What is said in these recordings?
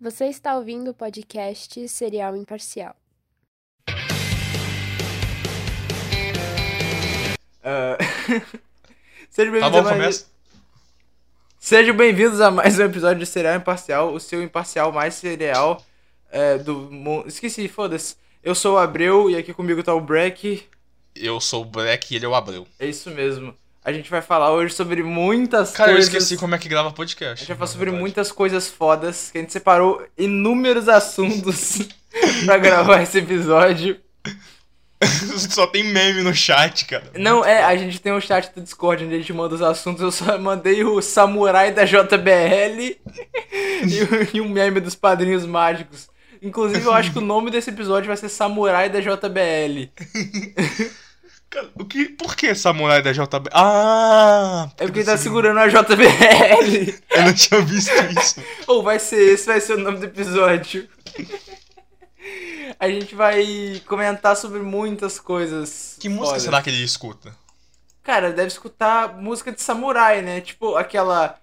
Você está ouvindo o podcast Serial Imparcial. Ah, Sejam Tá bem-vindos bom, a mais... começa. Sejam bem-vindos a mais um episódio de Serial Imparcial, o seu imparcial mais cereal é, do mundo. Esqueci, foda-se. Eu sou o Abreu e aqui comigo tá o Breck. Eu sou o Black e ele é o Abreu. É isso mesmo. A gente vai falar hoje sobre muitas Cara, eu coisas. esqueci como é que grava podcast. A gente vai falar na sobre verdade. muitas coisas fodas, que a gente separou inúmeros assuntos pra gravar esse episódio. Só tem meme no chat, cara. Não, é, a gente tem um chat do Discord onde a gente manda os assuntos. Eu só mandei o samurai da JBL e, o- e um meme dos padrinhos mágicos. Inclusive, eu acho que o nome desse episódio vai ser Samurai da JBL. Cara, o que, por que samurai da JB? Ah! É porque ele tá segurando a JBL. Eu não tinha visto isso. Ou vai ser esse, vai ser o nome do episódio. A gente vai comentar sobre muitas coisas. Que música fodas. será que ele escuta? Cara, deve escutar música de samurai, né? Tipo aquela.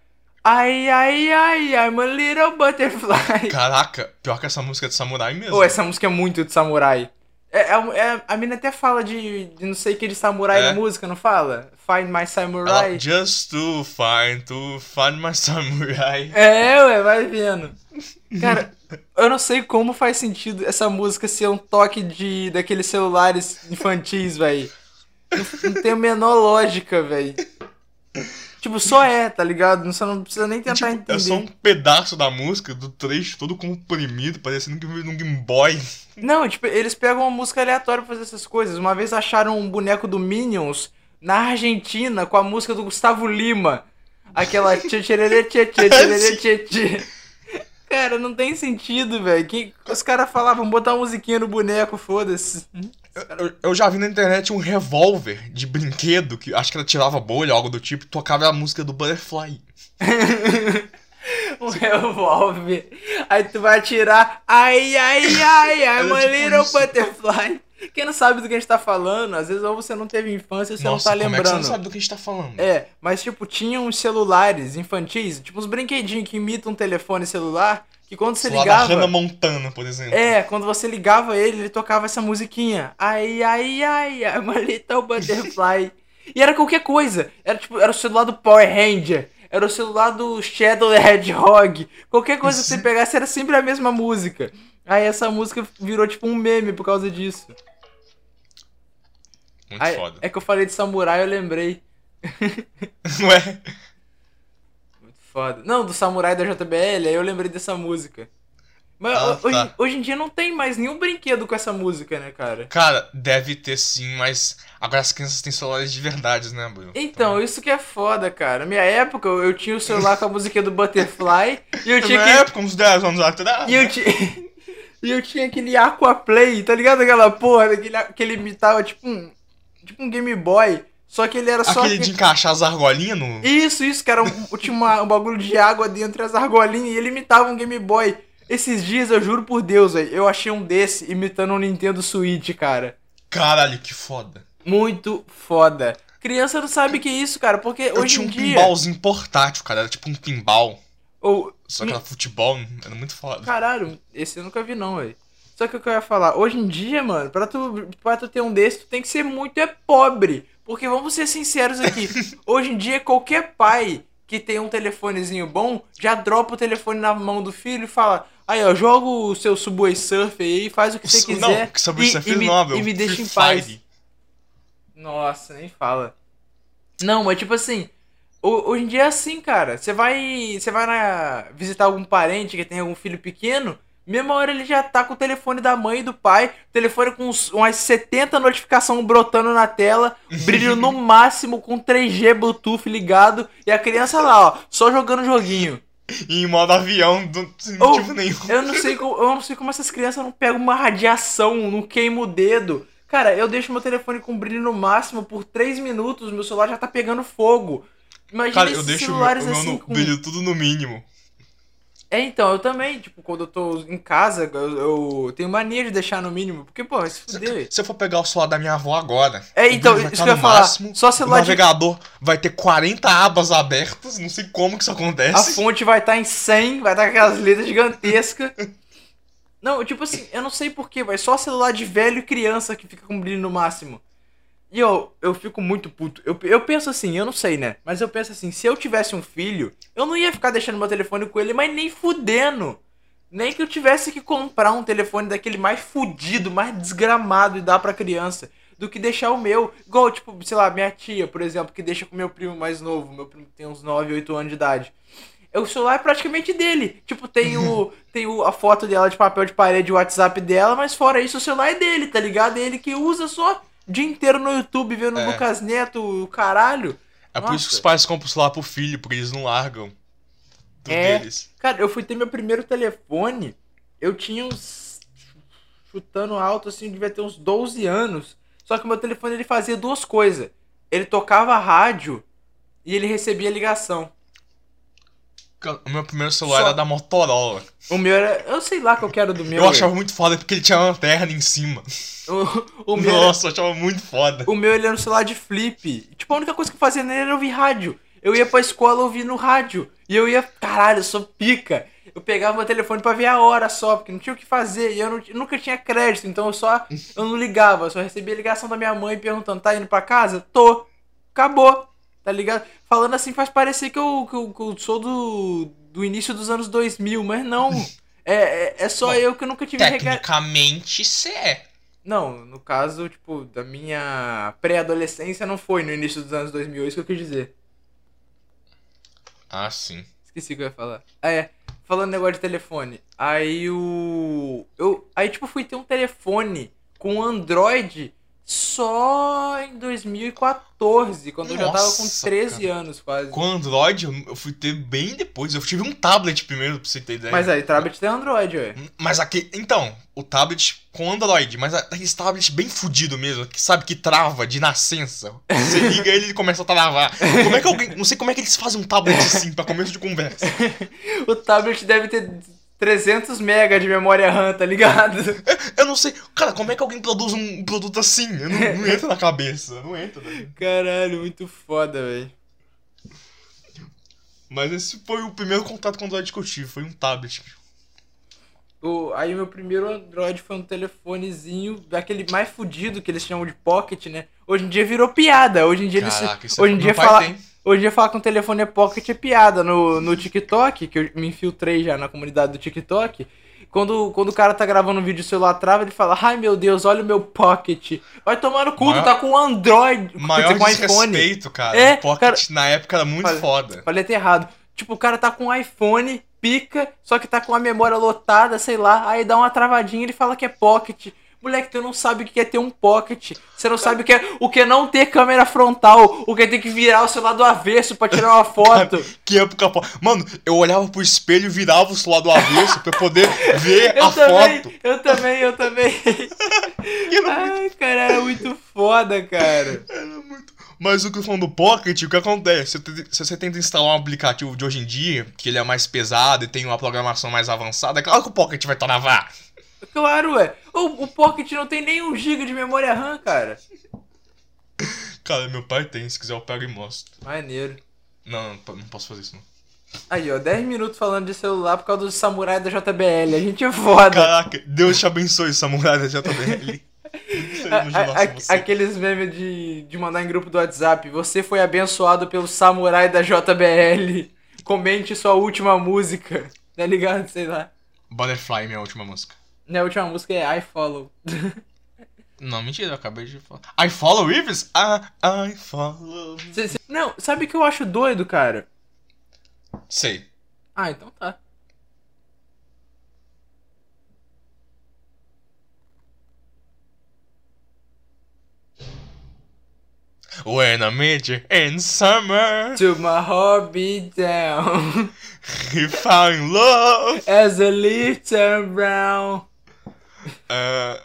Ai, ai, ai, I'm a little butterfly. Caraca, pior que essa música é de samurai mesmo. Pô, essa música é muito de samurai. É, é um- é- a mina até fala de, de não sei o que de samurai É. na música, não fala? Find my Ela, samurai. Just to find, to find my samurai. É, ué, vai vendo. Cara, eu não sei como faz sentido essa música ser um toque de daqueles celulares infantis, véi. Não, não tem a menor lógica, véi. Tipo, só é, tá ligado? Não, você não tá precisa nem tentar entender. É só um pedaço da música, do trecho todo comprimido, parecendo que veio um Game Boy. Não, tipo, eles pegam uma música aleatória pra fazer essas coisas. Uma vez acharam um boneco do Minions na Argentina com a música do Gustavo Lima. Aquela tchê tchê tchê tchê tchê tchê tchê. Cara, não tem sentido, velho. Que- Os caras falavam, botar uma musiquinha no boneco, foda-se. Uhum. Eu, eu já vi na internet um revólver de brinquedo que acho que ela tirava bolha, algo do tipo, e tocava a música do Butterfly. Um revólver. Aí tu vai atirar. Ai, ai, ai, I'm a Era tipo little isso. butterfly. Quem não sabe do que a gente tá falando, às vezes ou você não teve infância ou você Nossa, não tá como é lembrando. que você não sabe do que a gente tá falando? É, mas tipo, tinha uns celulares infantis, tipo uns brinquedinhos que imitam um telefone celular, que quando você Sei lá da Hannah ligava. Montana, por exemplo. É, quando você ligava ele, ele tocava essa musiquinha. Ai, ai, ai, I'm a little butterfly. e era qualquer coisa. Era tipo, era o celular do Power Ranger. Era o celular do Shadow the Hedgehog. Qualquer coisa que você pegasse era sempre a mesma música. Aí essa música virou tipo um meme por causa disso. Muito Aí, foda. é que eu falei de samurai, eu lembrei. Não é? Muito foda. Não, do Samurai da JBL, aí eu lembrei dessa música. Mas Ah, ho- hoje, tá. hoje em dia não tem mais nenhum brinquedo com essa música, né, cara? Cara, deve ter sim, mas agora as crianças têm celulares de verdade, né, Bruno? Então, isso que é foda, cara. Na minha época, eu eu tinha o celular com a música do Butterfly e eu Na tinha É minha que. época, uns 10 anos atrás. né? E eu, ti- e eu tinha aquele Aquaplay, tá ligado? Aquela porra daquele, que ele imitava tipo um. Tipo um Game Boy. Só que ele era só. Aquele de encaixar as argolinhas no. Isso, isso, que era um, tinha uma- um bagulho de água dentro das argolinhas e ele imitava um Game Boy. Esses dias, eu juro por Deus, velho, eu achei um desse imitando um Nintendo Switch, cara. Caralho, que foda. Muito foda. Criança não sabe que é isso, cara, porque Eu hoje tinha em um dia. pinballzinho portátil, cara. Era tipo um pinball. Ou, Só que era futebol, era muito foda. caralho, esse eu nunca vi, não, velho. Só que o que eu ia falar, hoje em dia, mano, pra tu, pra tu ter um desse, tu tem que ser muito é pobre. Porque vamos ser sinceros aqui, hoje em dia qualquer pai que tem um telefonezinho bom já dropa o telefone na mão do filho e fala: Aí, ó, joga o seu Subway Surf aí, faz o que você Isso- quiser. Não, que sobre isso é e, e, me, fenomenal. e me deixa em Free paz. Fire. Nossa, nem fala. Não, mas tipo assim, ho- hoje em dia é assim, cara. Você vai, você vai na- visitar algum parente que tem algum filho pequeno, mesma hora ele já tá com o telefone da mãe e do pai, telefone com uns- umas 70 notificações brotando na tela, brilho no máximo com 3G Bluetooth ligado, e a criança lá, ó, só jogando joguinho. E em modo avião, do- sem Oh, motivo nenhum. Eu não sei como, eu não sei como essas crianças não pegam uma radiação, não queimam o dedo. Cara, eu deixo meu telefone com brilho no máximo por 3 minutos, meu celular já tá pegando fogo. Imagina Cara, esses eu deixo o meu, celulares o meu assim no- com... brilho tudo no mínimo. É, então, eu também, tipo, quando eu tô em casa, eu, eu tenho mania de deixar no mínimo, porque, pô, vai se fuder. Se eu for pegar o celular da minha avó agora, É, é o então, Bruno vai isso tá que eu ia no falar. máximo, Só o celular de. navegador vai ter 40 abas abertas, não sei como que isso A acontece. fonte vai estar em 100, vai estar com aquelas letras gigantescas. Não, tipo assim, eu não sei porquê, mas só celular de velho e criança que fica com brilho no máximo. E eu, eu fico muito puto. Eu, eu penso assim, eu não sei, né? Mas eu penso assim, se eu tivesse um filho, eu não ia ficar deixando meu telefone com ele, mas nem fudendo. Nem que eu tivesse que comprar um telefone daquele mais fudido, mais desgramado e dar pra criança, do que deixar o meu. Igual, tipo, sei lá, minha tia, por exemplo, que deixa com meu primo mais novo. Meu primo tem uns 9, 8 anos de idade. O celular é praticamente dele. Tipo, tem, o, tem o, a foto dela de papel de parede, o WhatsApp dela, mas fora isso, o celular é dele, tá ligado? É ele que usa só o dia inteiro no YouTube, vendo o É. Lucas Neto, o caralho. É por isso que Nossa. os pais compram o celular pro filho, porque eles não largam do É. deles. Cara, eu fui ter meu primeiro telefone, eu tinha uns. chutando alto assim, eu devia ter uns 12 anos. Só que meu telefone ele fazia duas coisas: ele tocava rádio e ele recebia ligação. O meu primeiro celular Só- era da Motorola. O meu era. Eu sei lá qual que era do meu. eu achava muito foda porque ele tinha lanterna em cima. O, o meu era- Nossa, eu achava muito foda. O meu ele era um celular de flip. Tipo, a única coisa que eu fazia nele era ouvir rádio. Eu ia pra escola ouvir no rádio. E eu ia, caralho, eu sou pica. Eu pegava meu telefone pra ver a hora só, porque não tinha o que fazer. E eu, não- eu nunca tinha crédito, então eu só. Eu não ligava, eu só recebia ligação da minha mãe perguntando: tá indo pra casa? Tô. Acabou. Tá ligado? Falando assim faz parecer que eu, que eu, que eu sou do, do início dos anos 2000, mas não. É, é, é só Bom, eu que nunca tive rega- Tecnicamente, você é. não, no caso, tipo, da minha pré-adolescência não foi no início dos anos 2000, é isso que eu quis dizer. Ah, sim. Esqueci o que eu ia falar. Ah, é. Falando negócio de telefone. Aí o. Eu. Aí, tipo, fui ter um telefone com Android só em 2014, quando eu já tava com Nossa, 13 cara. anos quase. Com Android, eu- eu fui ter bem depois. Eu tive um tablet primeiro, pra você ter ideia. Mas é- aí, tablet tem Android, ué. Mas aqui, então, o tablet com Android, mas aquele tablet bem fudido mesmo, que sabe que trava de nascença. Você liga ele e ele começa a travar. Como é que alguém, não sei como é que eles fazem um tablet assim pra começo de conversa. O tablet deve ter 300 mega de memória RAM, tá ligado? Eu não sei, cara, como é que alguém produz um produto assim? Eu não, não entra na cabeça, não entra. né? Caralho, muito foda, velho. Mas esse foi o primeiro contato com Android que eu tive, foi um tablet. O, aí meu primeiro Android foi um telefonezinho daquele mais fudido que eles chamam de pocket, né? Hoje em dia virou piada. Hoje em dia eles, isso é hoje em meu dia pai fala- tem. hoje em dia falar que um telefone é pocket é piada no, no TikTok, que eu me infiltrei já na comunidade do TikTok. Quando, quando o cara tá gravando um vídeo e o celular trava, ele fala: "Ai, meu Deus, olha o meu pocket". Vai tomar no cu, Maior- tu tá com um Android, quer Maior dizer, com um iPhone. desrespeito, cara. É, o Pocket cara- na época era muito Fala- foda. Falei até errado. Tipo, o cara tá com um iPhone, pica, só que tá com a memória lotada, sei lá. Aí dá uma travadinha e ele fala que é pocket. Moleque, tu não sabe o que é ter um pocket. Você não sabe o que é, o que é não ter câmera frontal. O que é ter que virar o celular do avesso pra tirar uma foto. Que época foda. Mano, eu olhava pro espelho e virava o celular do avesso pra eu poder ver Eu a também, foto. eu também, eu também. Era muito- Ai, cara, era muito foda, cara. era muito- Mas o que eu tô falando do Pocket, o que acontece? Se você- Se você tenta instalar um aplicativo de hoje em dia, que ele é mais pesado e tem uma programação mais avançada, é claro que o Pocket vai travar. Claro, ué. O, o Pocket não tem nem um GB de memória RAM, cara. Cara, meu pai tem, se quiser eu pego e mostro. Maneiro. Não, não, não posso fazer isso não. Aí, ó, 10 minutos falando de celular por causa do samurai da JBL. A gente é foda. Caraca, Deus te abençoe, samurai da JBL. A- a- a- assim, você. aqueles memes de, de mandar em grupo do WhatsApp. Você foi abençoado pelo samurai da JBL. Comente sua última música. Tá ligado? Sei lá. Butterfly, minha última música. Minha última música é I Follow. Não, mentira, eu acabei de falar. I follow Ives? Ah, I follow. Cê- cê- Não, sabe o que eu acho doido, cara? Sei. Ah, então tá. When I met you in summer, To my heart be down we fell in love. as a little brown. Uh,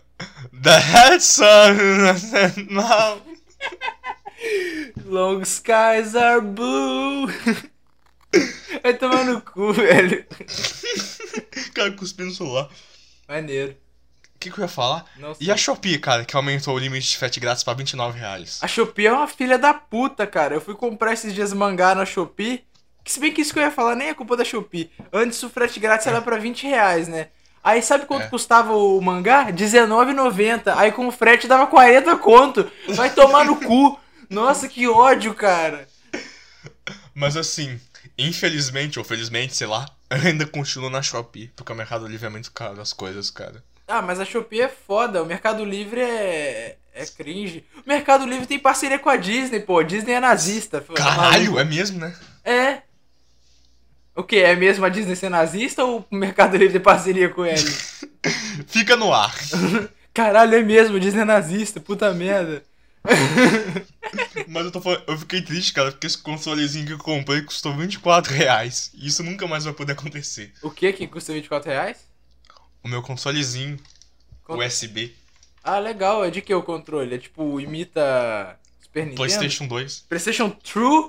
the Hudson now. Long skies are blue. Vai tomar no cu, velho. Cara, cuspindo no celular. Maneiro. O que, que eu ia falar? Não sei. E a Shopee, cara, que aumentou o limite de frete grátis pra R$ 29 reais. A Shopee é uma filha da puta, cara. Eu fui comprar esses dias mangá na Shopee. que se bem que isso que eu ia falar nem é culpa da Shopee. Antes o frete grátis era pra 20 reais, né? Aí sabe quanto É. custava o mangá? R$19,90. Aí com o frete dava 40 conto. Vai tomar no cu. Nossa, que ódio, cara. Mas assim, infelizmente ou felizmente, sei lá, ainda continua na Shopee, porque o Mercado Livre é muito caro as coisas, cara. Ah, mas a Shopee é foda. O Mercado Livre é. É cringe. O Mercado Livre tem parceria com a Disney, pô. A Disney é nazista. Pô, Caralho, é mesmo, né? É. O que? É mesmo a Disney ser nazista ou o Mercado Livre tem parceria com ele? Fica no ar. Caralho, é mesmo, a Disney é nazista, puta merda. Mas eu tô falando, eu fiquei triste, cara, porque esse consolezinho que eu comprei custou 24 reais. E isso nunca mais vai poder acontecer. O que que custa 24 reais? O meu consolezinho, Con- USB, Ah, legal, é de que o controle? É tipo, imita Super Nintendo? PlayStation 2. PlayStation True?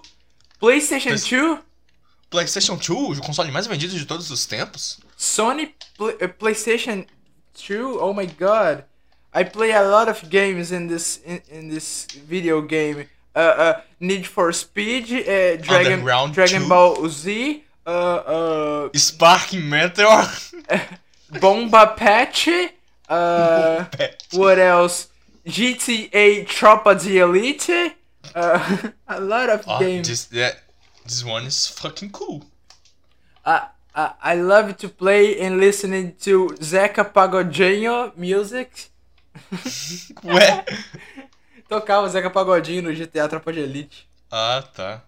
PlayStation Play- 2? PlayStation 2, o console mais vendido de todos os tempos? Sony Pl- eh, PlayStation 2? Oh my god. I play a lot of games in this in, in this video game. Uh, uh, Need for Speed, eh, Dragon Underground Dragon 2. Ball Z, uh, uh, Spark Meteor. Bomba Patch, uh, what else? GTA Tropa de Elite, uh, a lot of Ó, games. this, yeah, this one is fucking cool. I, I, I love to play and listening to Zeca Pagodinho music. Ah, é? Ué? Tocava Zeca Pagodinho no GTA Tropa de Elite. Ah, tá.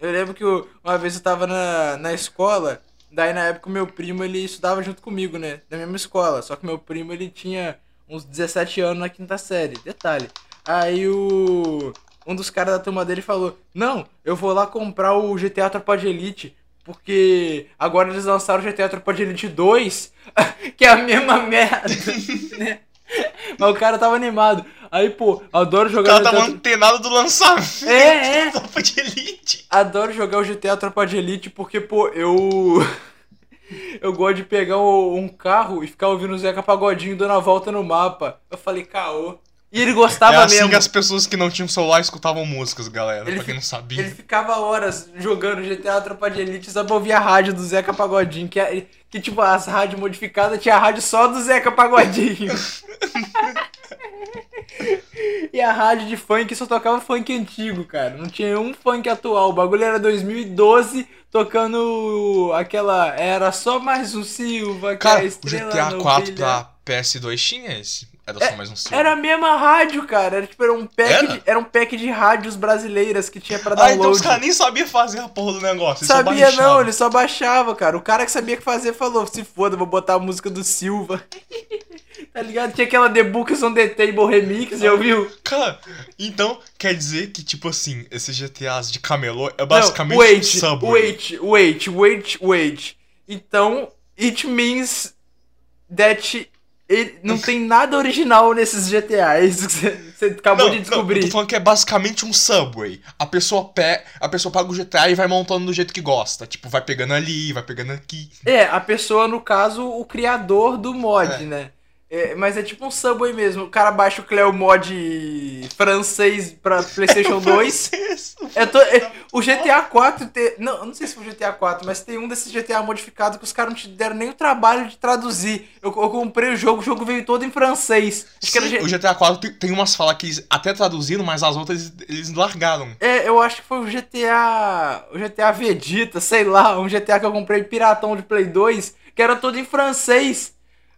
Eu lembro que eu- uma vez eu tava na, na escola, daí na época o meu primo ele estudava junto comigo, né? Na mesma escola, só que meu primo ele tinha uns 17 anos na quinta série, detalhe. Aí o. Um dos caras da turma dele falou: Não, eu vou lá comprar o GTA Tropa de Elite, porque agora eles lançaram o GTA Tropa de Elite 2, que é a mesma merda, né? Mas o cara tava animado. Aí, pô, adoro O jogar cara tá tava antenado do lançamento. É, é. Tropa de Elite. Adoro jogar o GTA Tropa de Elite porque, pô, eu. Eu gosto de pegar um, um carro e ficar ouvindo o Zeca Pagodinho dando a volta no mapa. Eu falei, caô. E ele gostava é assim mesmo. que as pessoas que não tinham celular escutavam músicas, galera. Ele pra fi- quem não sabia. Ele ficava horas jogando GTA Tropa de Elite só pra ouvir a rádio do Zeca Pagodinho. Que, é- que tipo, as rádios modificadas tinha a rádio só do Zeca Pagodinho. e a rádio de funk só tocava funk antigo, cara. Não tinha um funk atual. O bagulho era 2012 tocando aquela. Era só mais um Silva, que Cara, a o estrela GTA não 4 brilha. pra PS2 tinha esse? Era só mais um filme. né? É, Era a mesma rádio, cara. Era tipo, era um pack, Era? De, era um pack de rádios brasileiras que tinha pra Ah, download. então os caras nem sabiam fazer a porra do negócio. eles só Sabia não, baixavam. ele só baixava, cara. O cara que sabia o que fazer falou: se foda, vou botar a música do Silva. tá ligado? Tinha aquela The Books on the Table remix, já ouviu? Cara, então quer dizer que, tipo assim, esses GTAs de camelô é basicamente não, wait, um Subway. wait, wait, wait, wait. Então, it means that it- não tem nada original nesses GTA. É isso que você- você acabou Não, de Não, eu descobrir. tô falando que é basicamente um Subway. A pessoa, pe... a pessoa paga o GTA e vai montando do jeito que gosta. Tipo, vai pegando ali, vai pegando aqui. É, a pessoa, no caso, o criador do mod, É. né? É, mas é tipo um Subway mesmo. O cara baixa o Cleo mod francês pra PlayStation 2. Eu tô, é, o GTA 4 tem. Não, eu não sei se foi o GTA 4, mas tem um desses GTA modificado que os caras não te deram nem o trabalho de traduzir. Eu, eu comprei o jogo, o jogo veio todo em francês. Acho que era Sim, G- o GTA 4 tem, tem umas falas que eles até traduziram, mas as outras eles, eles largaram. É, eu acho que foi o GTA. O GTA Vegeta, sei lá, um GTA que eu comprei piratão de Play 2, que era todo em francês.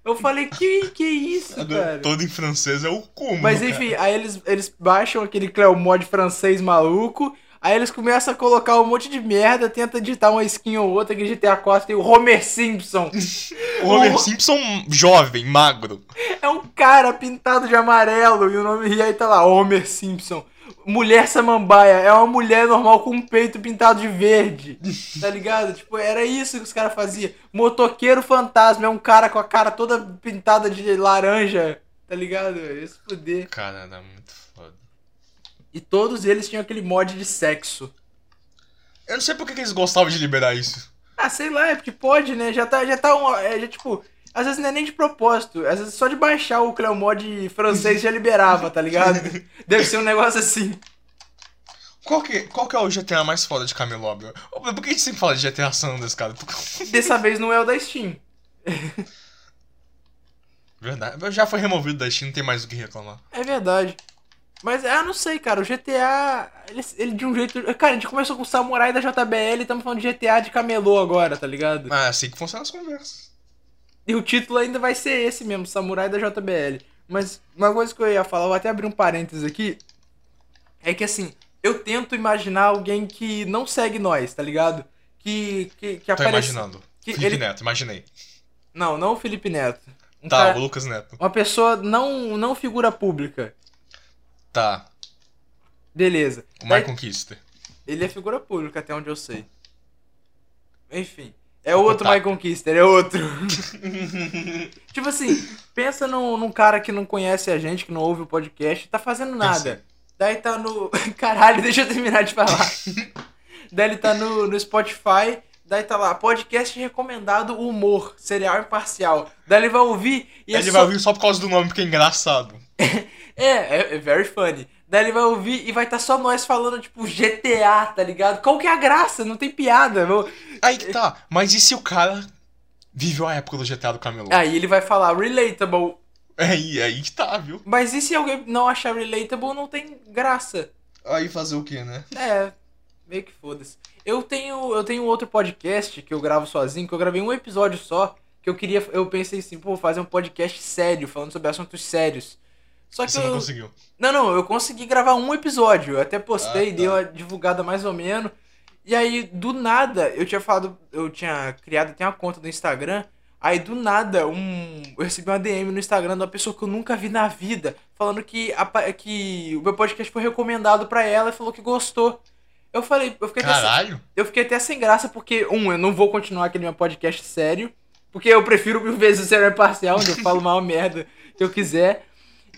Eu falei, que, que isso, cara? Todo em francês é o cúmulo. Mas cara. enfim, aí eles, eles baixam aquele Cleomod francês maluco, aí eles começam a colocar um monte de merda, tenta digitar uma skin ou outra, que GTA 4 tem o Homer Simpson. O Homer o- Simpson, jovem, magro. É um cara pintado de amarelo e o nome e aí tá lá, Homer Simpson. Mulher samambaia, é uma mulher normal com um peito pintado de verde. Tá ligado? Tipo, era isso que os caras faziam. Motoqueiro fantasma, é um cara com a cara toda pintada de laranja. Tá ligado? Isso fuder. Cara, era muito foda. E todos eles tinham aquele mod de sexo. Eu não sei por que que eles gostavam de liberar isso. Ah, sei lá, é porque pode, né? Já tá, já tá um, é, já, tipo, às vezes não é nem de propósito, às vezes só de baixar o Cleomod francês já liberava, tá ligado? Deve ser um negócio assim. Qual que, qual que é o GTA mais foda de Camelo? Abel? Ô, Por que a gente sempre fala de GTA San Andreas, cara? Por- Dessa vez não é o da Steam. Verdade. Já foi removido da Steam, não tem mais o que reclamar. É verdade. Mas ah, não sei, cara, o GTA, ele, ele de um jeito, cara, a gente começou com o Samurai da JBL, estamos falando de GTA de camelô agora, tá ligado? Ah, é assim que funcionam as conversas. E o título ainda vai ser esse mesmo, Samurai da JBL. Mas uma coisa que eu ia falar, eu vou até abrir um parênteses aqui, é que assim, eu tento imaginar alguém que não segue nós, tá ligado? Que, que, que Tô aparece... imaginando. que Felipe ele- Neto, imaginei. Não, não o Felipe Neto. Um Tá, cara- o Lucas Neto. Uma pessoa não, não figura pública. Tá, Beleza. o Daí- Michael Kister. Ele é figura pública, até onde eu sei. Enfim. É outro Tá. My Conquister, é outro. tipo assim, pensa num, num cara que não conhece a gente, que não ouve o podcast, tá fazendo nada. Pensei. Daí tá no. Caralho, deixa eu terminar de falar. daí ele tá no, no Spotify, daí tá lá, podcast recomendado, humor, serial imparcial. Daí ele vai ouvir e é ele só- vai ouvir só por causa do nome, porque é engraçado. é, é, é very funny. Daí ele vai ouvir e vai estar só nós falando, tipo, GTA, tá ligado? Qual que é a graça? Não tem piada. meu. Aí que tá, mas e se o cara viveu a época do GTA do Camelo? Aí ele vai falar relatable. Aí, aí que tá, viu? Mas e se alguém não achar relatable, não tem graça. Aí fazer o quê, né? É, meio que foda-se. Eu tenho, eu tenho outro podcast que eu gravo sozinho, que eu gravei um episódio só, que eu queria, eu pensei assim, pô, vou fazer um podcast sério, falando sobre assuntos sérios. Só que Você não eu, conseguiu. Não, não, eu consegui gravar um episódio. Eu até postei, Ah, tá. dei uma divulgada mais ou menos. E aí, do nada, eu tinha falado, eu tinha criado até uma conta do Instagram. Aí, do nada, um, eu recebi uma DM no Instagram de uma pessoa que eu nunca vi na vida, falando que, a pa- que o meu podcast foi recomendado pra ela e falou que gostou. Eu falei, eu fiquei até sem- Caralho? eu fiquei até sem graça, porque, um, eu não vou continuar aquele meu podcast sério, porque eu prefiro mil vezes o Serial Imparcial, onde eu falo mal merda que eu quiser.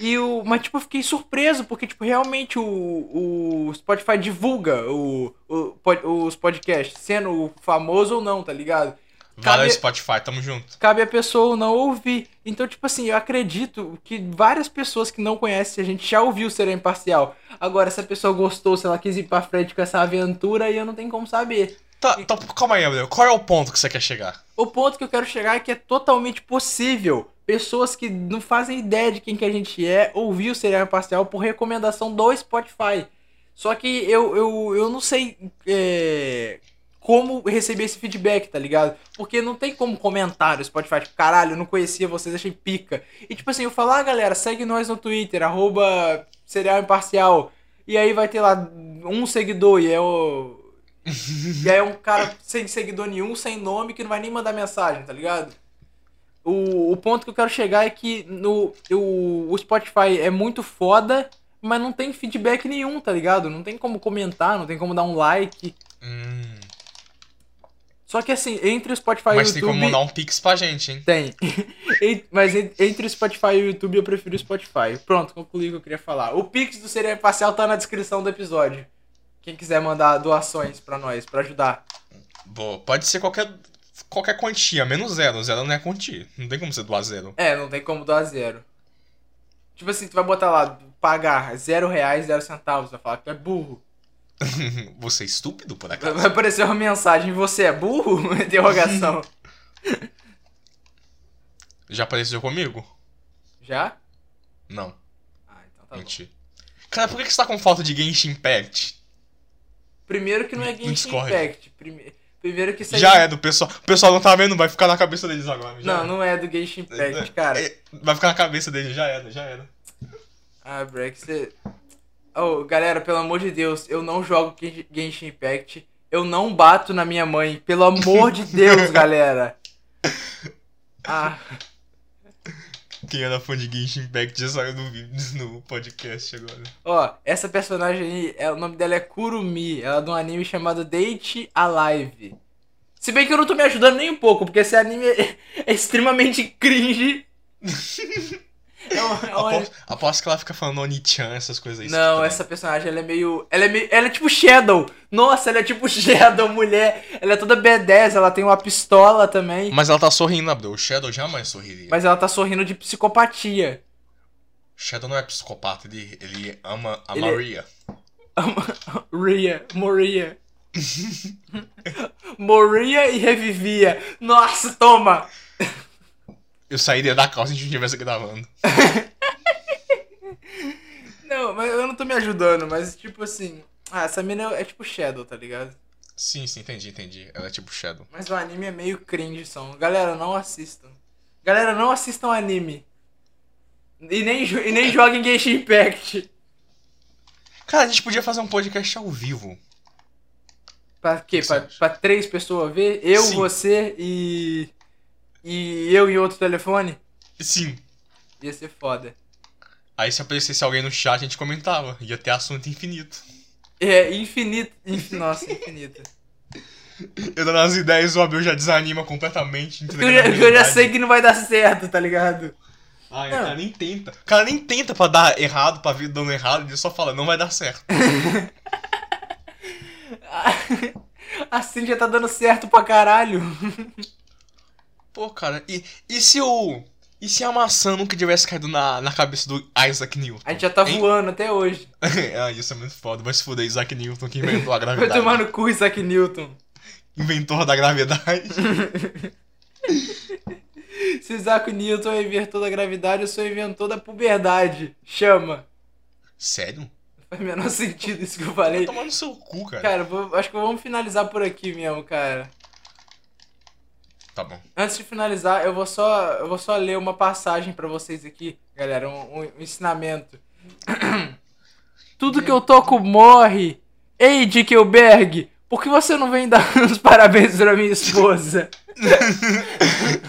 E o, mas, tipo, eu fiquei surpreso, porque, tipo, realmente o, o Spotify divulga o, o pod- os podcasts, sendo famoso ou não, tá ligado? Valeu, Cadê- Spotify, tamo junto. cabe a pessoa ou não ouvir. Então, tipo assim, eu acredito que várias pessoas que não conhecem a gente já ouviu Será Imparcial. Agora, se a pessoa gostou, se ela quis ir pra frente com essa aventura, aí eu não tenho como saber. Tá, tá, calma aí, Gabriel. Qual é o ponto que você quer chegar? O ponto que eu quero chegar é que é totalmente possível pessoas que não fazem ideia de quem que a gente é ouvir o Serial Imparcial por recomendação do Spotify. Só que eu, eu, eu não sei é, como receber esse feedback, tá ligado? Porque não tem como comentar no Spotify, tipo, caralho, eu não conhecia vocês, achei pica. E tipo assim, eu falo, ah galera, segue nós no Twitter, arroba Serial Imparcial. E aí vai ter lá um seguidor e é o. E aí é um cara sem seguidor nenhum, sem nome, que não vai nem mandar mensagem, tá ligado? O, o ponto que eu quero chegar é que no, o, o Spotify é muito foda, mas não tem feedback nenhum, tá ligado? Não tem como comentar, não tem como dar um like. Hum, Só que assim, entre o Spotify mas e o tem YouTube. como mandar um pix pra gente, hein? Tem. En- mas en- entre o Spotify e o YouTube eu prefiro o Spotify. Pronto, concluí o que eu queria falar. O Pix do Seria Parcial tá na descrição do episódio. Quem quiser mandar doações pra nós, pra ajudar. Boa, pode ser qualquer, qualquer quantia, menos zero. Zero não é quantia. Não tem como você doar zero. É, não tem como doar zero. Tipo assim, tu vai botar lá, pagar zero reais, zero centavos, vai falar que tu é burro. você é estúpido, por Vai acaso? vai aparecer uma mensagem, você é burro? Interrogação. Já apareceu comigo? Já? Não, Ah, então tá bom. menti. Cara, por que que você tá com falta de Genshin Impact? Primeiro que não é No Genshin Discord. Impact. Prime... Primeiro que isso aí- Já é do pessoal. O pessoal não tá vendo, vai ficar na cabeça deles agora. já Não, é. não é do Genshin Impact, cara. É, vai ficar na cabeça deles, já era, já era. Ah, Brex, você... Oh, galera, pelo amor de Deus, eu não jogo Gen- Genshin Impact. Eu não bato na minha mãe. Pelo amor de Deus, galera. Ah, Quem era fã de Genshin Impact já saiu no, vídeo- no podcast agora. ó, essa personagem aí, é- o nome dela é Kurumi. Ela é de um anime chamado Date Alive. Se bem que eu não tô me ajudando nem um pouco, porque esse anime é, é extremamente cringe. É uma- é uma- Aposto, aposto que ela fica falando Oni-chan, essas coisas aí. Não, também. essa personagem ela é meio. Ela é meio. Ela é tipo Shadow! Nossa, ela é tipo Shadow, mulher! Ela é toda B10, ela tem uma pistola também. Mas ela tá sorrindo, Abdul. O Shadow jamais sorriria. Mas ela tá sorrindo de psicopatia. O Shadow não é psicopata, ele, ele é- ama a Ele- Maria. Ria, Moria. Moria e revivia. Nossa, toma! Eu sairia da calça se a gente estivesse gravando. Não, mas eu não tô me ajudando, mas tipo assim. Ah, essa mina é, é tipo Shadow, tá ligado? Sim, sim, entendi, entendi. Ela é tipo Shadow. Mas o anime é meio cringe, são. Galera, não assistam. Galera, não assistam anime. E nem, jo- e nem joguem Genshin Impact. Cara, a gente podia fazer um podcast ao vivo. Pra quê? Pra, pra três pessoas ver? Eu, Sim. você e. E eu e outro telefone? Sim. Ia ser foda. Aí se aparecesse alguém no chat, a gente comentava. Ia ter assunto infinito. É, infinito. inf- nossa, infinito. Eu dando as ideias, o Abel já desanima completamente. Porque eu, já, porque eu já sei que não vai dar certo, tá ligado? Ah, Não. o cara nem tenta. O cara nem tenta pra dar errado, pra vir dando errado. Ele só fala, não vai dar certo. Assim já tá dando certo pra caralho. Pô, cara, e, e se o... E se a maçã nunca tivesse caído na, na cabeça do Isaac Newton? A gente já tá Hein? voando até hoje. ah, isso é muito foda. Vai se fuder, Isaac Newton, que inventou a Vai gravidade. tomar no cu, Isaac Newton. Inventor da gravidade. Se Isaac Newton é inventor da gravidade, eu sou inventor da puberdade. Chama. Sério? Faz o menor sentido isso que eu falei. Tomar no seu cu, cara. Cara, vou- acho que vamos finalizar por aqui mesmo, cara. Tá bom. Antes de finalizar, eu vou só, eu vou só ler uma passagem pra vocês aqui, galera, um, um- um ensinamento. Tudo que eu toco morre. Ei, Dickelberg, por que você não vem dar uns parabéns pra minha esposa?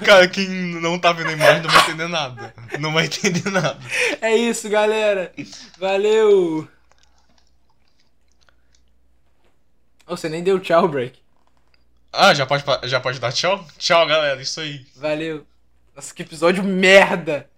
Cara, quem não tá vendo a imagem não vai entender nada. Não vai entender nada. É isso, galera. Valeu. Ô, Você nem deu tchau, Break. Ah, já pode, pa- já pode dar tchau? Tchau, galera. É Isso aí. Valeu. Nossa, que episódio merda.